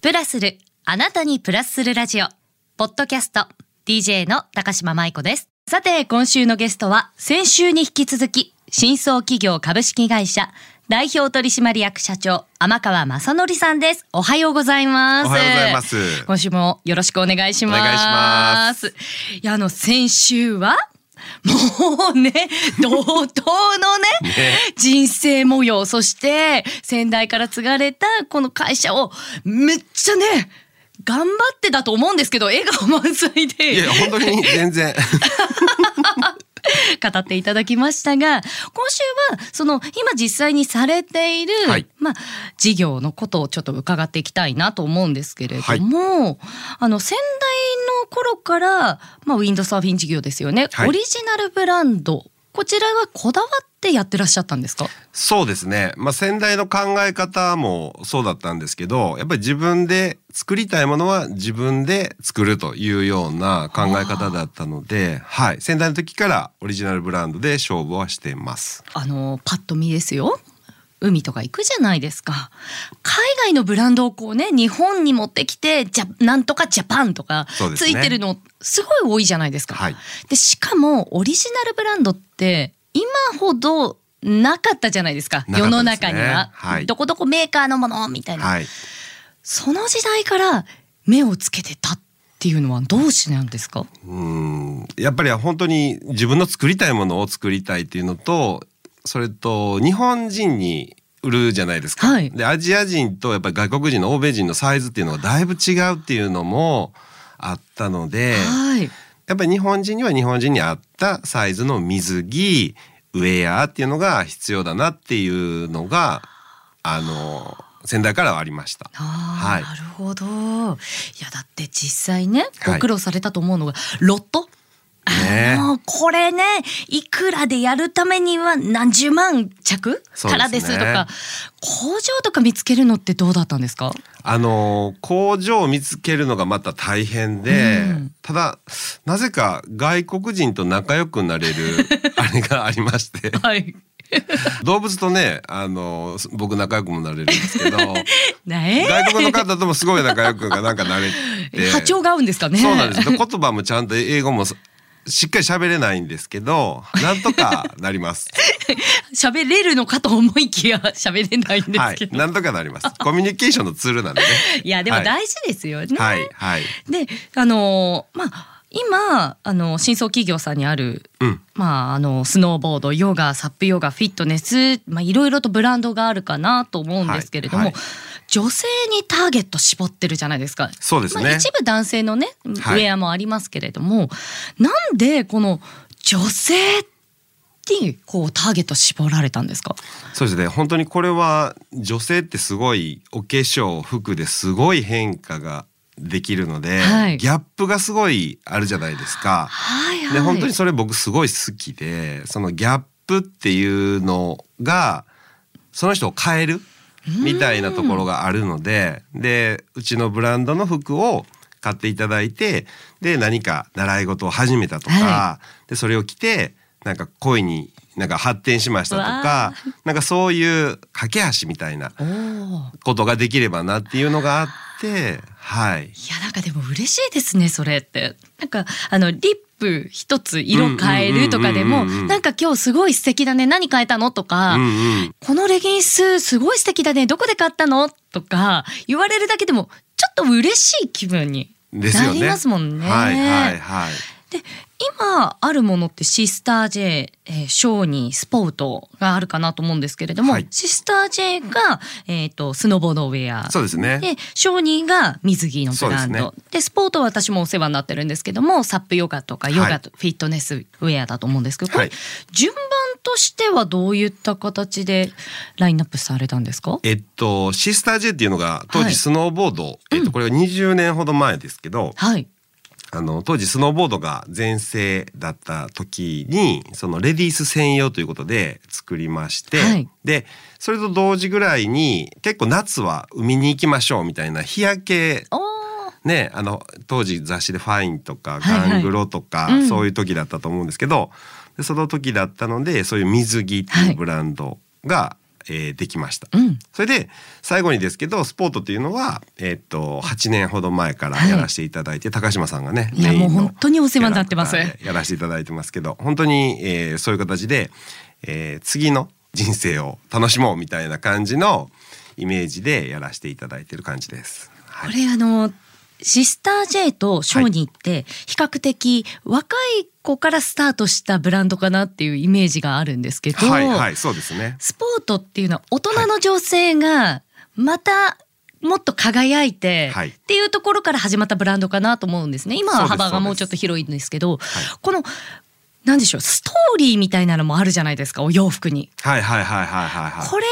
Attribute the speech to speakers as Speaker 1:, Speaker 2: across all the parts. Speaker 1: プラスる、あなたにプラスするラジオ、ポッドキャスト、DJ の高島舞子です。さて、今週のゲストは、先週に引き続き、新装企業株式会社、代表取締役社長、天川正則さんです。おはようございます。
Speaker 2: おはようございます
Speaker 1: 今週もよろしくお願いします。
Speaker 2: お願いします
Speaker 1: いや、あの、先週は、もうね、怒涛のね、 人生模様、そして先代から継がれたこの会社をめっちゃね、頑張ってだと思うんですけど、笑顔満載
Speaker 2: いや
Speaker 1: で
Speaker 2: 本当に全然
Speaker 1: 語っていただきましたが、今週はその今実際にされている、
Speaker 2: はい
Speaker 1: まあ事業のことをちょっと伺っていきたいなと思うんですけれども、あの先代の頃からまあウィンドサーフィン事業ですよね、
Speaker 2: はい
Speaker 1: オリジナルブランドこちらはこだわってやってらっしゃったんですか。
Speaker 2: そうですね、まあ、先代の考え方もそうだったんですけどやっぱり自分で作りたいものは自分で作るというような考え方だったので、はい、先代の時からオリジナルブランドで勝負はしてます。
Speaker 1: あのパッと見ですよ海とか行くじゃないですか海外のブランドをこうね日本に持ってきてじゃなんとかジャパンとか
Speaker 2: そうです
Speaker 1: つ
Speaker 2: ね
Speaker 1: いてるのすごい多いじゃないですか。
Speaker 2: はい
Speaker 1: でしかもオリジナルブランドって今ほどなかったじゃないですか
Speaker 2: なか
Speaker 1: 世
Speaker 2: ったですね
Speaker 1: の中には、
Speaker 2: はい
Speaker 1: どこどこメーカーのものみたいな、
Speaker 2: はい、
Speaker 1: その時代から目をつけてたっていうのはどうしてなんですか
Speaker 2: うんやっぱり本当に自分の作りたいものを作りたいっていうのとそれと日本人に売るじゃないですか、
Speaker 1: はい
Speaker 2: でアジア人とやっぱり外国人の欧米人のサイズっていうのがだいぶ違うっていうのもあったので
Speaker 1: はい
Speaker 2: やっぱり日本人には日本人に合ったサイズの水着ウェアっていうのが必要だなっていうのがあの先代からはありました。
Speaker 1: あー
Speaker 2: はい
Speaker 1: なるほど。いやだって実際ね
Speaker 2: は
Speaker 1: ご
Speaker 2: い
Speaker 1: 苦労されたと思うのが、ロット。
Speaker 2: ねえ
Speaker 1: あのこれねいくらでやるためには何十万着
Speaker 2: そうですね
Speaker 1: からですとか工場とか見つけるのってどうだったんですか
Speaker 2: あの工場を見つけるのがまた大変で、
Speaker 1: うん
Speaker 2: ただなぜか外国人と仲良く なれるあれがありまして
Speaker 1: はい
Speaker 2: 動物とねあの僕仲良くもなれるんで すけど
Speaker 1: ね
Speaker 2: 外国の方ともすごい仲良くがなんかなれ
Speaker 1: え
Speaker 2: て
Speaker 1: 波長が合うんですかね
Speaker 2: そうなんですで言葉もちゃんと英語もしっかり喋れないんですけどなんとかな ります。
Speaker 1: 喋れるのかと思いきや喋れないんで
Speaker 2: は
Speaker 1: す
Speaker 2: い
Speaker 1: け、ど、
Speaker 2: なんとかなります。コミュニケーションのツールなんでね。
Speaker 1: い、やでも
Speaker 2: はい
Speaker 1: 大事ですよね、
Speaker 2: はいはい。
Speaker 1: であのーまあ今あの新装企業さんにある、
Speaker 2: うん
Speaker 1: まああのスノーボードヨガサップヨガフィットネスまあいろいろとブランドがあるかなと思うんですけれども、
Speaker 2: はいはい
Speaker 1: 女性にターゲット絞ってるじゃないですか。
Speaker 2: そうですね。
Speaker 1: まあ、一部男性のねウ
Speaker 2: はい
Speaker 1: ェアもありますけれども、なんでこの女性にこうターゲット絞られたんですか。
Speaker 2: そうですね本当にこれは女性ってすごいお化粧服ですごい変化ができるので、
Speaker 1: はい
Speaker 2: ギャップがすごいあるじゃないですか。
Speaker 1: はいはい。
Speaker 2: で本当にそれ僕すごい好きでそのギャップっていうのがその人を変えるみたいなところがあるのででうちのブランドの服を買っていただいてで何か習い事を始めたとか、
Speaker 1: は
Speaker 2: でそれを着てなんか恋になんか発展しましたと
Speaker 1: わ
Speaker 2: かなんかそういう架け橋みたいな
Speaker 1: おー
Speaker 2: ことができればなっていうのがあっては
Speaker 1: い
Speaker 2: い。
Speaker 1: やなんかでも嬉しいですねそれってなんかあのリップ一つ色変えるとかでも
Speaker 2: うんうんうんうんうん
Speaker 1: なんか今日すごい素敵だね何変えたのとか、
Speaker 2: うんうん
Speaker 1: このレギンスすごい素敵だねどこで買ったのとか言われるだけでもちょっと嬉しい気分に
Speaker 2: ですよ
Speaker 1: な
Speaker 2: ね。
Speaker 1: りますもんね。
Speaker 2: はいはいはい。
Speaker 1: で今あるものってシスター J、えーショーにスポートがあるかなと思うんですけれども、
Speaker 2: はい
Speaker 1: シスター J が、えー、とスノボードウェア
Speaker 2: そうですね。
Speaker 1: で商人が水着のブラン
Speaker 2: そ
Speaker 1: ド
Speaker 2: う
Speaker 1: で,、スポーツは私もお世話になってるんですけどもサップヨガとかヨ
Speaker 2: は
Speaker 1: ガ
Speaker 2: い
Speaker 1: とフィットネスウェアだと思うんですけど、これ
Speaker 2: はい
Speaker 1: 順番としてはどういった形でラインナップされたんですか
Speaker 2: えっと、シスター J っていうのが当
Speaker 1: はい
Speaker 2: 時スノーボード、えっと、これは20年ほど前ですけど、
Speaker 1: はい
Speaker 2: あの当時スノーボードが全盛だった時にそのレディース専用ということで作りまして、
Speaker 1: はい
Speaker 2: でそれと同時ぐらいに結構夏は海に行きましょうみたいな日焼け
Speaker 1: おー
Speaker 2: ね、あの当時雑誌で「ファイン」と
Speaker 1: はい
Speaker 2: か「
Speaker 1: はい
Speaker 2: ガングロ」とか、
Speaker 1: うん
Speaker 2: そういう時だったと思うんですけど、でその時だったのでそういう水着って
Speaker 1: はいいう
Speaker 2: ブランドが、えーできました。
Speaker 1: うん
Speaker 2: それで最後にですけどスポートというのは、えっと8年ほど前から
Speaker 1: はい
Speaker 2: やらせていただいて、高島さんがね
Speaker 1: いや
Speaker 2: メインの
Speaker 1: もう本当にお世話になってます
Speaker 2: キャラクターでやらせていただいてますけど本当に、えーそういう形で、えー次の人生を楽しもうみたいな感じのイメージでやらせていただいてる感じです。は
Speaker 1: こ
Speaker 2: い
Speaker 1: れあのシスター J とショーに行って比較的若い子からスタートしたブランドかなっていうイメージがあるんですけど、
Speaker 2: はい、はい、そうですね。
Speaker 1: スポートっていうのは大人の女性がまたもっと輝いて、
Speaker 2: はい
Speaker 1: っていうところから始まったブランドかなと思うんですね。今
Speaker 2: そ
Speaker 1: は
Speaker 2: うです
Speaker 1: 幅がもうちょっと広いんですけど、このなんでしょうストーリーみたいなのもあるじゃないですかお洋服に。
Speaker 2: はいはいはいはいはいはい。
Speaker 1: これ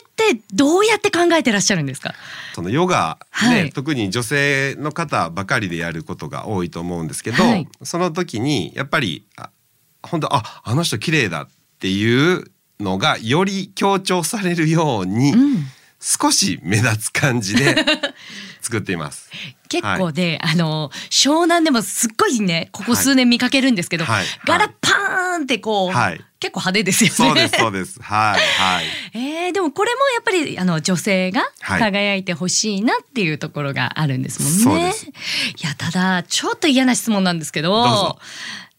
Speaker 1: ってどうやって考えてらっしゃるんですか。
Speaker 2: そのヨガ、ね
Speaker 1: はい
Speaker 2: 特に女性の方ばかりでやることが多いと思うんですけど、
Speaker 1: はい
Speaker 2: その時にやっぱりあ本当ああの人綺麗だっていうのがより強調されるように、
Speaker 1: うん
Speaker 2: 少し目立つ感じ で作っています。
Speaker 1: 結構で、あの湘南でもすっごいねここ数年見かけるんですけど、
Speaker 2: はい
Speaker 1: 柄パーンってこう、
Speaker 2: はい
Speaker 1: 結構派手ですよね。
Speaker 2: そうですそうです。はいはい。
Speaker 1: えー、でもこれもやっぱりあの女性が
Speaker 2: はい
Speaker 1: 輝いてほしいなっていうところがあるんですも
Speaker 2: そ
Speaker 1: ん
Speaker 2: う
Speaker 1: ね。
Speaker 2: です
Speaker 1: いやただちょっと嫌な質問なんですけど
Speaker 2: どうぞ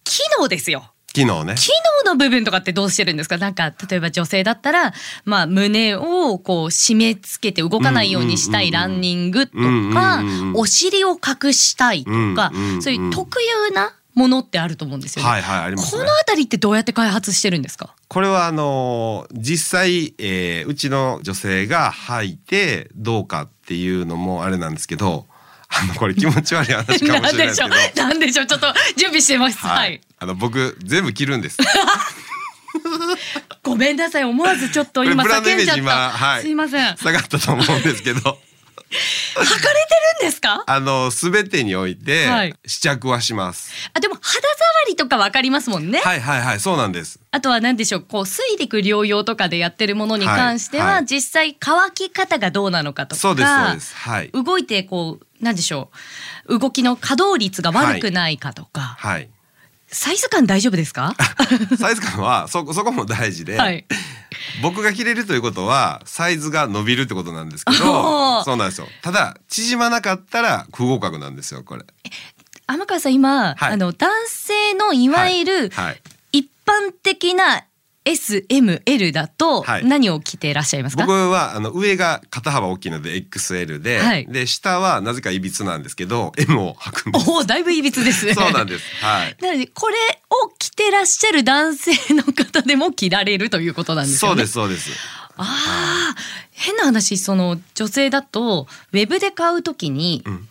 Speaker 1: 機能ですよ。
Speaker 2: 昨日 ね。
Speaker 1: 機能の部分とかってどうしてるんですかなんか例えば女性だったら、まあ、胸をこう締め付けて動かないようにしたい
Speaker 2: うんうん
Speaker 1: ラ
Speaker 2: うんうん
Speaker 1: ンニングと
Speaker 2: うん
Speaker 1: か
Speaker 2: うんうん
Speaker 1: お尻を隠したいとか
Speaker 2: うんうんうん
Speaker 1: そういう特有なものってあると思うんですよね。
Speaker 2: はいはいあります
Speaker 1: こ
Speaker 2: ね
Speaker 1: の。あたりってどうやって開発してるんですか
Speaker 2: これはあのー実際、えーうちの女性が履いてどうかっていうのもあれなんですけどあのこれ気持ち悪い話かも
Speaker 1: な
Speaker 2: し
Speaker 1: ん
Speaker 2: れない
Speaker 1: で
Speaker 2: です
Speaker 1: しょ
Speaker 2: け
Speaker 1: う
Speaker 2: ど。
Speaker 1: なんでしょうちょっと準備してます。は
Speaker 2: はいい、あの僕全部着るんです。
Speaker 1: ごめんなさい思わずちょっと今
Speaker 2: これブランドイ
Speaker 1: 叫ん
Speaker 2: メ
Speaker 1: じ
Speaker 2: ー
Speaker 1: ゃっ
Speaker 2: ジ今
Speaker 1: た、
Speaker 2: はい
Speaker 1: すいません履か
Speaker 2: 下がったと思うんですけど、
Speaker 1: れてるんですか
Speaker 2: あのすべてにおいて
Speaker 1: はい
Speaker 2: 試着はします。
Speaker 1: あでも肌触りとかわかりますもんね、
Speaker 2: はいはいはいそうなんです。
Speaker 1: あとは何でしょうこう水陸療養とかでやってるものに関しては、
Speaker 2: はいはい
Speaker 1: 実際乾き方がどうなのかとか
Speaker 2: そうですそうですはい
Speaker 1: 動いてこう何でしょう動きの稼働率が悪くないかとか、
Speaker 2: はい。
Speaker 1: サイズ感大丈夫です か
Speaker 2: サイズ感はそこそこも大事で、
Speaker 1: はい
Speaker 2: 僕が着れるということはサイズが伸びるってことなんですけ
Speaker 1: おー
Speaker 2: どそうなんですよただ縮まなかったら不合格なんですよこれ
Speaker 1: 天川さん今、
Speaker 2: はい
Speaker 1: あの男性のいわゆる
Speaker 2: はいはい
Speaker 1: 一般的な SML だと
Speaker 2: はい
Speaker 1: 何を着ていらっしゃいますか、
Speaker 2: 僕はあの上が肩幅大きいので XL で、
Speaker 1: はい
Speaker 2: で下はなぜかいびつなんですけど M を履くんです
Speaker 1: おおだいぶいびつです ね。
Speaker 2: そうなんですはい
Speaker 1: なのでこれを着てらっしゃる男性の方でも着られるということなんです
Speaker 2: そ
Speaker 1: よね。。
Speaker 2: うですすそうです
Speaker 1: ああ変な話その女性だとウェブで買うときに
Speaker 2: うん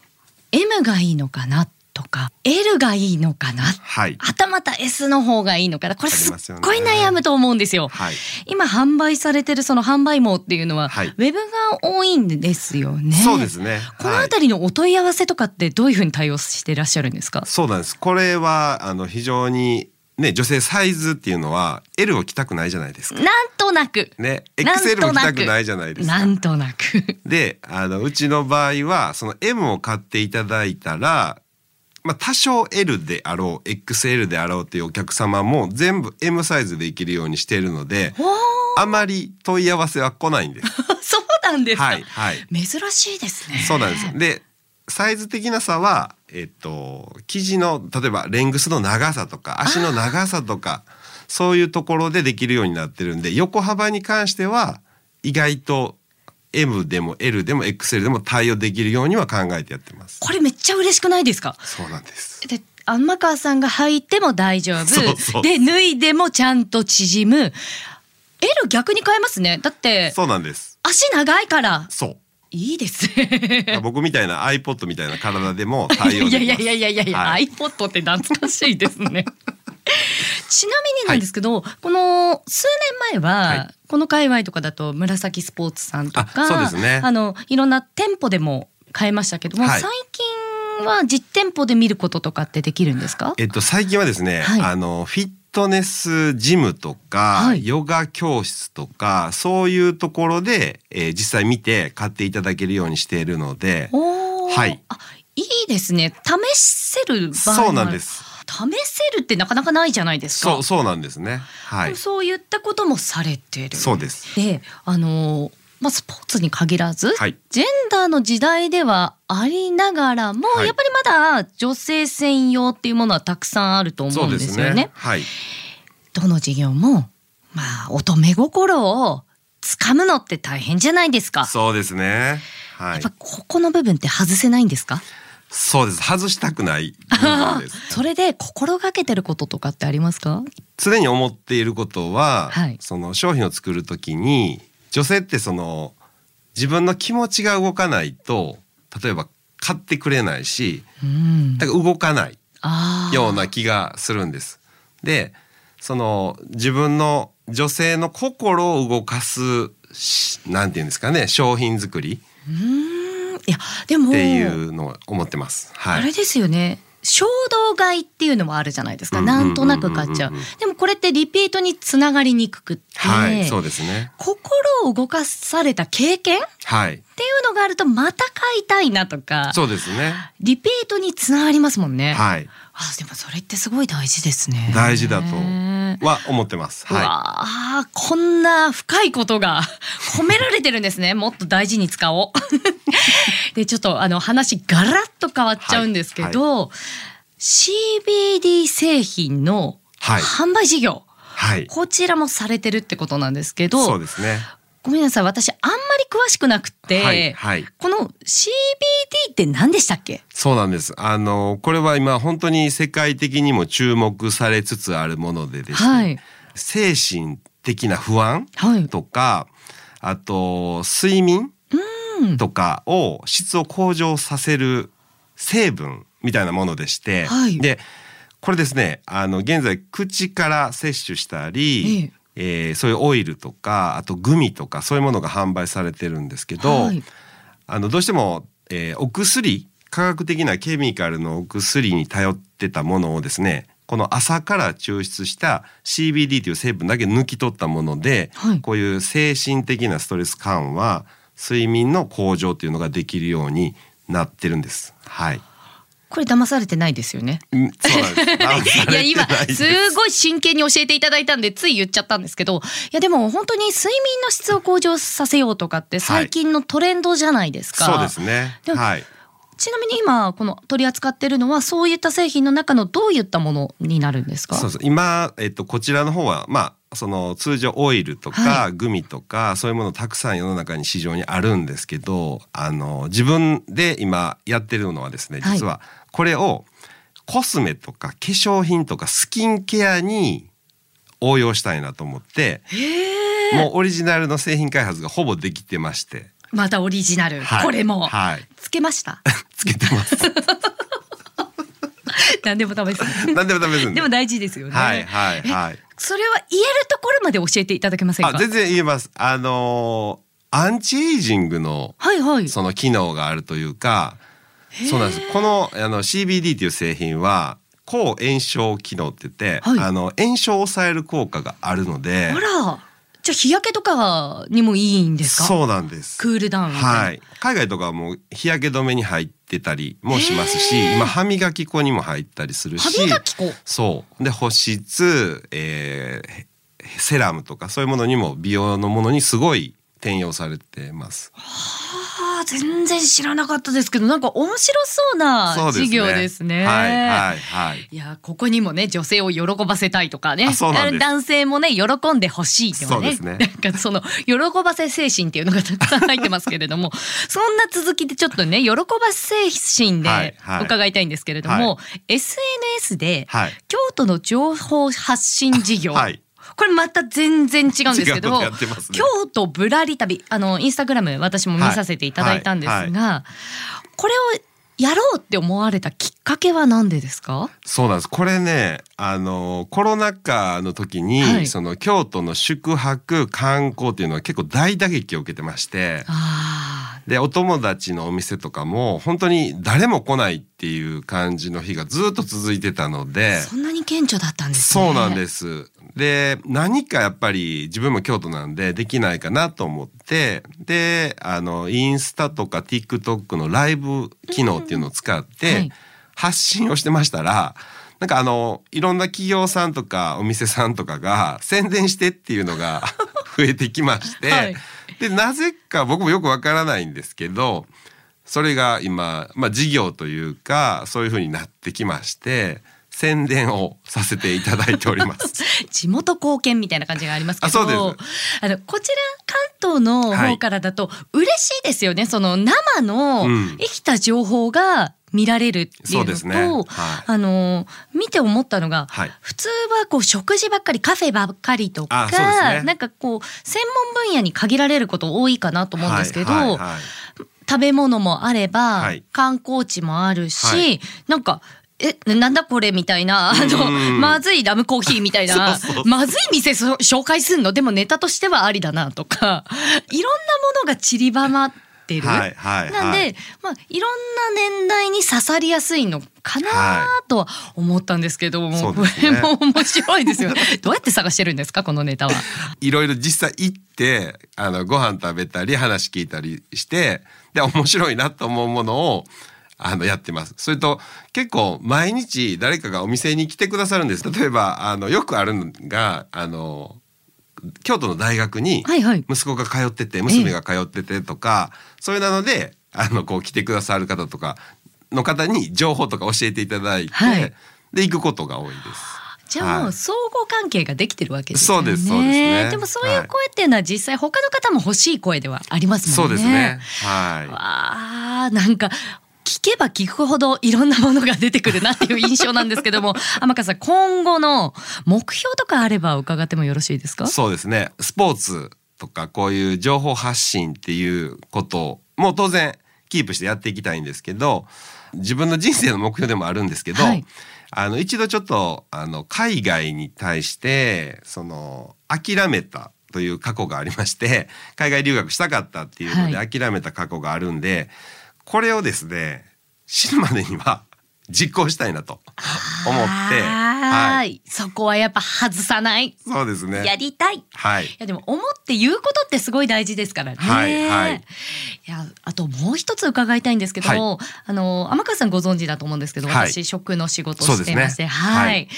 Speaker 1: M がいいのかなとか L がいいのかな
Speaker 2: はい
Speaker 1: はたまた S の方がいいのかなこれすっごい
Speaker 2: ありますよね
Speaker 1: 悩むと思うんですよ。
Speaker 2: はい
Speaker 1: 今販売されてるその販売網っていうのは、
Speaker 2: はい
Speaker 1: ウェブが多いんですよね。
Speaker 2: そうですね
Speaker 1: この
Speaker 2: は
Speaker 1: あ
Speaker 2: い
Speaker 1: たりのお問い合わせとかってどういうふうに対応していらっしゃるんですか。
Speaker 2: そうなんです。これはあの非常にね女性サイズっていうのは L を着たくないじゃないですか。
Speaker 1: なんとなく。
Speaker 2: ね、
Speaker 1: なんと
Speaker 2: XL
Speaker 1: な
Speaker 2: も
Speaker 1: く
Speaker 2: 着たくないじゃないです
Speaker 1: な
Speaker 2: か。
Speaker 1: んとなく。
Speaker 2: で、あのうちの場合はその M を買っていただいたら。まあ、多少 L であろう XL であろうというお客様も全部 M サイズでいけるようにしているので
Speaker 1: おお、
Speaker 2: あまり問い合わせは来ないんです。
Speaker 1: そうなんですか。
Speaker 2: はいはい
Speaker 1: 珍しいですね。
Speaker 2: そうなんですよ。で、サイズ的な差は、えっと、生地の、例えば、レングスの長さとか、足の長さとか。そういうところでできるようになってるんで、横幅に関しては、意外と。M でも L でも XL でも対応できるようには考えてやってます。
Speaker 1: これめっちゃ嬉しくないですか。
Speaker 2: そうなんです。
Speaker 1: で天川さんが履いても大丈夫
Speaker 2: そうそう
Speaker 1: で脱いでもちゃんと縮む L 逆に変えますねだって
Speaker 2: そうなんです。
Speaker 1: 足長いから
Speaker 2: そう。
Speaker 1: いいです ね
Speaker 2: 僕みたいな iPod みたいな体でも対応
Speaker 1: い
Speaker 2: で
Speaker 1: や
Speaker 2: き
Speaker 1: いや
Speaker 2: ます。
Speaker 1: いやいやいやいや、
Speaker 2: はい
Speaker 1: iPod って懐かしいですね。 ちなみになんですけど、この数年前は、
Speaker 2: はい
Speaker 1: この界隈とかだと紫スポーツさんとか
Speaker 2: あそうですね
Speaker 1: あのいろんな店舗でも買えましたけども、
Speaker 2: はい
Speaker 1: 最近は実店舗で見ることとかってできるんですか
Speaker 2: えっと、最近はですね、
Speaker 1: はい
Speaker 2: あのフィットネスジムとか、
Speaker 1: はい
Speaker 2: ヨガ教室とかそういうところで、えー実際見て買っていただけるようにしているので
Speaker 1: おー
Speaker 2: はい
Speaker 1: あいいですね試せる場合もある
Speaker 2: そうなんです
Speaker 1: 試せるってなかなかないじゃないですか
Speaker 2: そうそうなんですね。は
Speaker 1: で
Speaker 2: い
Speaker 1: も。そういったこともされてる
Speaker 2: そうです。
Speaker 1: であのまあ、スポーツに限らず、
Speaker 2: はい
Speaker 1: ジェンダーの時代ではありながらも、
Speaker 2: はい
Speaker 1: やっぱりまだ女性専用っていうものはたくさんあると思
Speaker 2: そううんで
Speaker 1: ですすよね。
Speaker 2: ね。はい。
Speaker 1: どの事業も、まあ、乙女心を掴むのって大変じゃないですか。
Speaker 2: そうですね。は
Speaker 1: や
Speaker 2: い
Speaker 1: っぱ。ここの部分って外せないんですか
Speaker 2: そうです。外したくない部分です。
Speaker 1: それで心がけてることとかってありますか
Speaker 2: 常に思っていることは、
Speaker 1: はい
Speaker 2: その商品を作るときに女性ってその自分の気持ちが動かないと例えば買ってくれないし
Speaker 1: うん。
Speaker 2: だから動かない
Speaker 1: ああ。
Speaker 2: ような気がするんです。でその自分の女性の心を動かすしなんていうんですかね商品作り
Speaker 1: うん。いや、でも、
Speaker 2: っていうのを思ってます。は
Speaker 1: あれ
Speaker 2: い、
Speaker 1: ですよね。衝動買いっていうのもあるじゃないですか。
Speaker 2: うんうんうん
Speaker 1: な
Speaker 2: うんうん
Speaker 1: んとなく買っちゃう。でもこれってリピートにつながりにくくって、
Speaker 2: はい、そうですね。
Speaker 1: 心を動かされた経験っ
Speaker 2: はい、
Speaker 1: ていうのがあるとまた買いたいなとか、
Speaker 2: そうですね。
Speaker 1: リピートにつながりますもんね。
Speaker 2: はい、
Speaker 1: あでもそれってすごい大事ですね。
Speaker 2: 大事だと
Speaker 1: ね
Speaker 2: は思ってます。
Speaker 1: うわ
Speaker 2: は
Speaker 1: あこんな深いことが 褒められてるんですね。もっと大事に使おう。 でちょっとあの話ガラッと変わっちゃうんですけど、CBD 製品の
Speaker 2: はい
Speaker 1: 販売事業、
Speaker 2: い、はい、
Speaker 1: こちらもされてるってことなんですけ
Speaker 2: そう
Speaker 1: ど、
Speaker 2: ですね。
Speaker 1: ごめんなさい私あんまり詳しくなくて、
Speaker 2: はい、はい、
Speaker 1: この CBD って何でしたっけ？
Speaker 2: そうなんです。あのこれは今本当に世界的にも注目されつつあるものでですね、
Speaker 1: はい
Speaker 2: 精神的な不安
Speaker 1: はい。
Speaker 2: とか、あと睡眠とかを質を向上させる成分みたいなものでして、
Speaker 1: はい
Speaker 2: でこれですねあの現在口から摂取したり、えーそういうオイルとかあとグミとかそういうものが販売されてるんですけど、
Speaker 1: はい
Speaker 2: あのどうしても、えーお薬科学的なケミカルのお薬に頼ってたものをですねこの朝から抽出した CBD という成分だけ抜き取ったもので、
Speaker 1: はい
Speaker 2: こういう精神的なストレス緩和睡眠の向上というのができるようになってるんです。 はい。
Speaker 1: これ騙されてないですよね。
Speaker 2: うんそうなんです騙され て
Speaker 1: い
Speaker 2: な
Speaker 1: や
Speaker 2: い
Speaker 1: 今
Speaker 2: です
Speaker 1: ごい真剣に教えていただいたんでつい言っちゃったんですけどいやでも本当に睡眠の質を向上させようとかって最近のトレンドじゃないですか、
Speaker 2: そうですね。
Speaker 1: でも
Speaker 2: はい。
Speaker 1: ちなみに今この取り扱ってるのはそういった製品の中のどういったものになるんですか
Speaker 2: そうそう今、えっと、こちらの方は、まあ、その通常オイルとか、
Speaker 1: は
Speaker 2: グミとかそういうものたくさん世の中に市場にあるんですけどあの自分で今やってるのはですね
Speaker 1: はい
Speaker 2: 実はこれをコスメとか化粧品とかスキンケアに応用したいなと思ってもうオリジナルの製品開発がほぼできてまして、
Speaker 1: またオリジナル、
Speaker 2: はい
Speaker 1: これも、
Speaker 2: はい、
Speaker 1: つけました
Speaker 2: つけてます。
Speaker 1: 何でも試す
Speaker 2: 何でも食べるん
Speaker 1: でも大事ですよね、
Speaker 2: はいはいはい。
Speaker 1: それは言えるところまで教えていただけませんか
Speaker 2: あ全然言えます。あのーアンチエイジングの
Speaker 1: はいはい
Speaker 2: その機能があるというか、そうなんです。このあの CBD という製品は抗炎症機能って言って、
Speaker 1: はい
Speaker 2: あの炎症を抑える効果があるので
Speaker 1: あ、らじゃあ日焼けとかにもいいんですか
Speaker 2: そうなんです。
Speaker 1: クールダウンみたいな
Speaker 2: はい、海外とかはもう日焼け止めに入ってたりもしますし、
Speaker 1: へー
Speaker 2: 今歯磨き粉にも入ったりするし
Speaker 1: 歯磨き粉
Speaker 2: そうで保湿、えーへセラムとかそういうものにも美容のものにすごい転用されてます。
Speaker 1: あー全然知らなかったですけどなんか面白そうな
Speaker 2: そう
Speaker 1: 授業ですね。
Speaker 2: はいはいはい。
Speaker 1: いやここにもね女性を喜ばせたいとかね
Speaker 2: あそうなんです
Speaker 1: 男性もね喜んでほしいとか
Speaker 2: そう
Speaker 1: ね
Speaker 2: ですね
Speaker 1: なんかその喜ばせ精神っていうのがたくさん入ってますけれど もそんな続きでちょっとね喜ばせ精神
Speaker 2: はい
Speaker 1: で
Speaker 2: はい
Speaker 1: 伺いたいんですけれども、
Speaker 2: は
Speaker 1: SNS で
Speaker 2: はい
Speaker 1: 京都の情報発信事業、
Speaker 2: はい
Speaker 1: これまた全然違うんですけ
Speaker 2: 違う
Speaker 1: ど、
Speaker 2: ことやってますね
Speaker 1: 京都ぶらり旅あのインスタグラム私も見させていただいたんですが、
Speaker 2: はい
Speaker 1: これをやろうって思われたきっかけは何でですか
Speaker 2: そうなんです。これね、あのコロナ禍の時に、
Speaker 1: はい
Speaker 2: その京都の宿泊観光っていうのは結構大打撃を受けてまして、
Speaker 1: あ
Speaker 2: でお友達のお店とかも本当に誰も来ないっていう感じの日がずっと続いてたので
Speaker 1: あ、そんなに顕著だったんですね。。
Speaker 2: そうなんですす。で何かやっぱり自分も京都なんでできないかなと思ってであのインスタとか TikTok のライブ機能っていうのを使って、
Speaker 1: うんはい
Speaker 2: 発信をしてましたらなんかあのいろんな企業さんとかお店さんとかが宣伝してっていうのが 増えてきまして、
Speaker 1: はい
Speaker 2: でなぜか僕もよくわからないんですけどそれが今、まあ、事業というかそういうふうになってきまして宣伝をさせていただいております。
Speaker 1: 地元貢献みたいな感じがありますけど
Speaker 2: あそうで
Speaker 1: あのこちら関東の方からだと嬉しいですよね、その生の
Speaker 2: うん
Speaker 1: 生きた情報が見られるっていう
Speaker 2: そう
Speaker 1: の
Speaker 2: です
Speaker 1: と、
Speaker 2: ねはい
Speaker 1: あの見て思ったのが、
Speaker 2: はい
Speaker 1: 普通はこう食事ばっかりカフェばっかりとか、
Speaker 2: あそうですね
Speaker 1: なんかこう専門分野に限られること多いかな と思うんですけど、
Speaker 2: はいはいはい
Speaker 1: 食べ物もあれば、
Speaker 2: はい
Speaker 1: 観光地もあるし、
Speaker 2: はい
Speaker 1: なんかえなんだこれみたいなあの
Speaker 2: うん
Speaker 1: まずいラムコーヒーみたいな
Speaker 2: そうそう
Speaker 1: まずい店そ紹介すんのでもネタとしてはありだなとか いろんなものが散りばまってる。
Speaker 2: はいはいはい
Speaker 1: なんで、まあ、いろんな年代に刺さりやすいのかな
Speaker 2: は
Speaker 1: とは思ったんですけども、
Speaker 2: そう
Speaker 1: こ
Speaker 2: です
Speaker 1: れ
Speaker 2: ね
Speaker 1: も面白いです よ。どうやって探してるんですかこのネタは。
Speaker 2: いろいろ実際行ってあのご飯食べたり話聞いたりしてで面白いなと思うものをあのやってますそれと結構毎日誰かがお店に来てくださるんです例えばあのよくあるのがあの京都の大学に
Speaker 1: はいはい
Speaker 2: 息子が通ってて娘が通っててとか、そういうなのであのこう来てくださる方とかの方に情報とか教えていただいて、
Speaker 1: はい
Speaker 2: で行くことが多いです。
Speaker 1: じゃあも
Speaker 2: は
Speaker 1: う
Speaker 2: い
Speaker 1: 相互関係ができてるわけですよね。
Speaker 2: そうですそうですね
Speaker 1: でもそういう声っていうのは実際他の方も欲しい声ではあります
Speaker 2: そ
Speaker 1: も
Speaker 2: う
Speaker 1: ね。
Speaker 2: んですね。はい。
Speaker 1: わあなんか聞けば聞くほどいろんなものが出てくるなっていう印象なんですけど も天川さん今後の目標とかあれば伺ってもよろしいですか
Speaker 2: そうですねスポーツとかこういう情報発信っていうことも当然キープしてやっていきたいんですけど自分の人生の目標でもあるんですけど、
Speaker 1: はい
Speaker 2: あの一度ちょっとあの海外に対してその諦めたという過去がありまして 海外留学したかったっていうの
Speaker 1: は
Speaker 2: で諦めた過去があるんで、これをですね死ぬまでには 実行したいなと思って、
Speaker 1: はー
Speaker 2: はい、
Speaker 1: いそこはやっぱ外さない、
Speaker 2: そうです
Speaker 1: や
Speaker 2: ね。
Speaker 1: りたい
Speaker 2: はい
Speaker 1: いやでも思って言うことってすごい大事ですからね。
Speaker 2: はいはい
Speaker 1: やあともう一つ伺いたいんですけども、あの天川さんご存知だと思うんですけど、
Speaker 2: はい
Speaker 1: 私食の仕事を
Speaker 2: そう
Speaker 1: し
Speaker 2: です
Speaker 1: て
Speaker 2: ね
Speaker 1: まして、はい、
Speaker 2: はい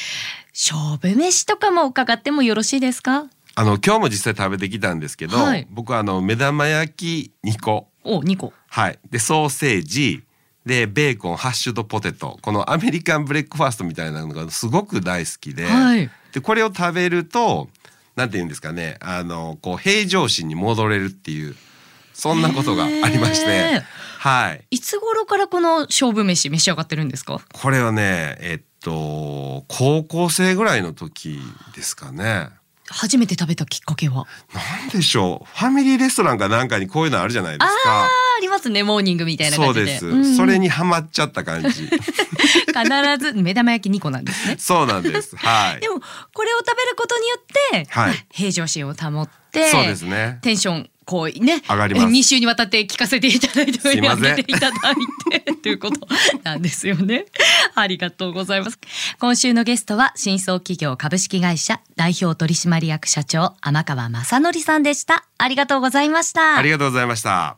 Speaker 1: 勝負飯とかも伺ってもよろしいですか？
Speaker 2: あの今日も実際食べてきたんですけど、
Speaker 1: はい
Speaker 2: 僕はあの目玉焼き2個、
Speaker 1: お二個。
Speaker 2: はい、でソーセージでベーコンハッシュドポテトこのアメリカンブレックファーストみたいなのがすごく大好きで,、
Speaker 1: はい
Speaker 2: でこれを食べるとなんて言うんですかねあのこう平常心に戻れるっていうそんなことがありまして、
Speaker 1: へー
Speaker 2: はい、
Speaker 1: いつ頃からこの勝負飯召し上がってるんですか？
Speaker 2: これはねえっと高校生ぐらいの時ですかね。
Speaker 1: 初めて食べたきっかけは？
Speaker 2: なんでしょうファミリーレストランかなんかにこういうのあるじゃないですか。
Speaker 1: あありますねモーニングみたいな感じで。
Speaker 2: そううんで
Speaker 1: う
Speaker 2: す、
Speaker 1: ん
Speaker 2: それにハマっちゃった 感じ
Speaker 1: 必ず目玉焼き二個なんですね。
Speaker 2: そうなんですはい
Speaker 1: でもこれを食べることによって、
Speaker 2: はい
Speaker 1: 平常心を保って
Speaker 2: そうですね
Speaker 1: テンションこうね
Speaker 2: 上がります
Speaker 1: 2週にわたって聞かせていただいて
Speaker 2: すいません
Speaker 1: 上げていただいてということなんですよね。 ありがとうございます。今週のゲストは新装企業株式会社代表取締役社長天川正則さんでした。ありがとうございました。
Speaker 2: ありがとうございました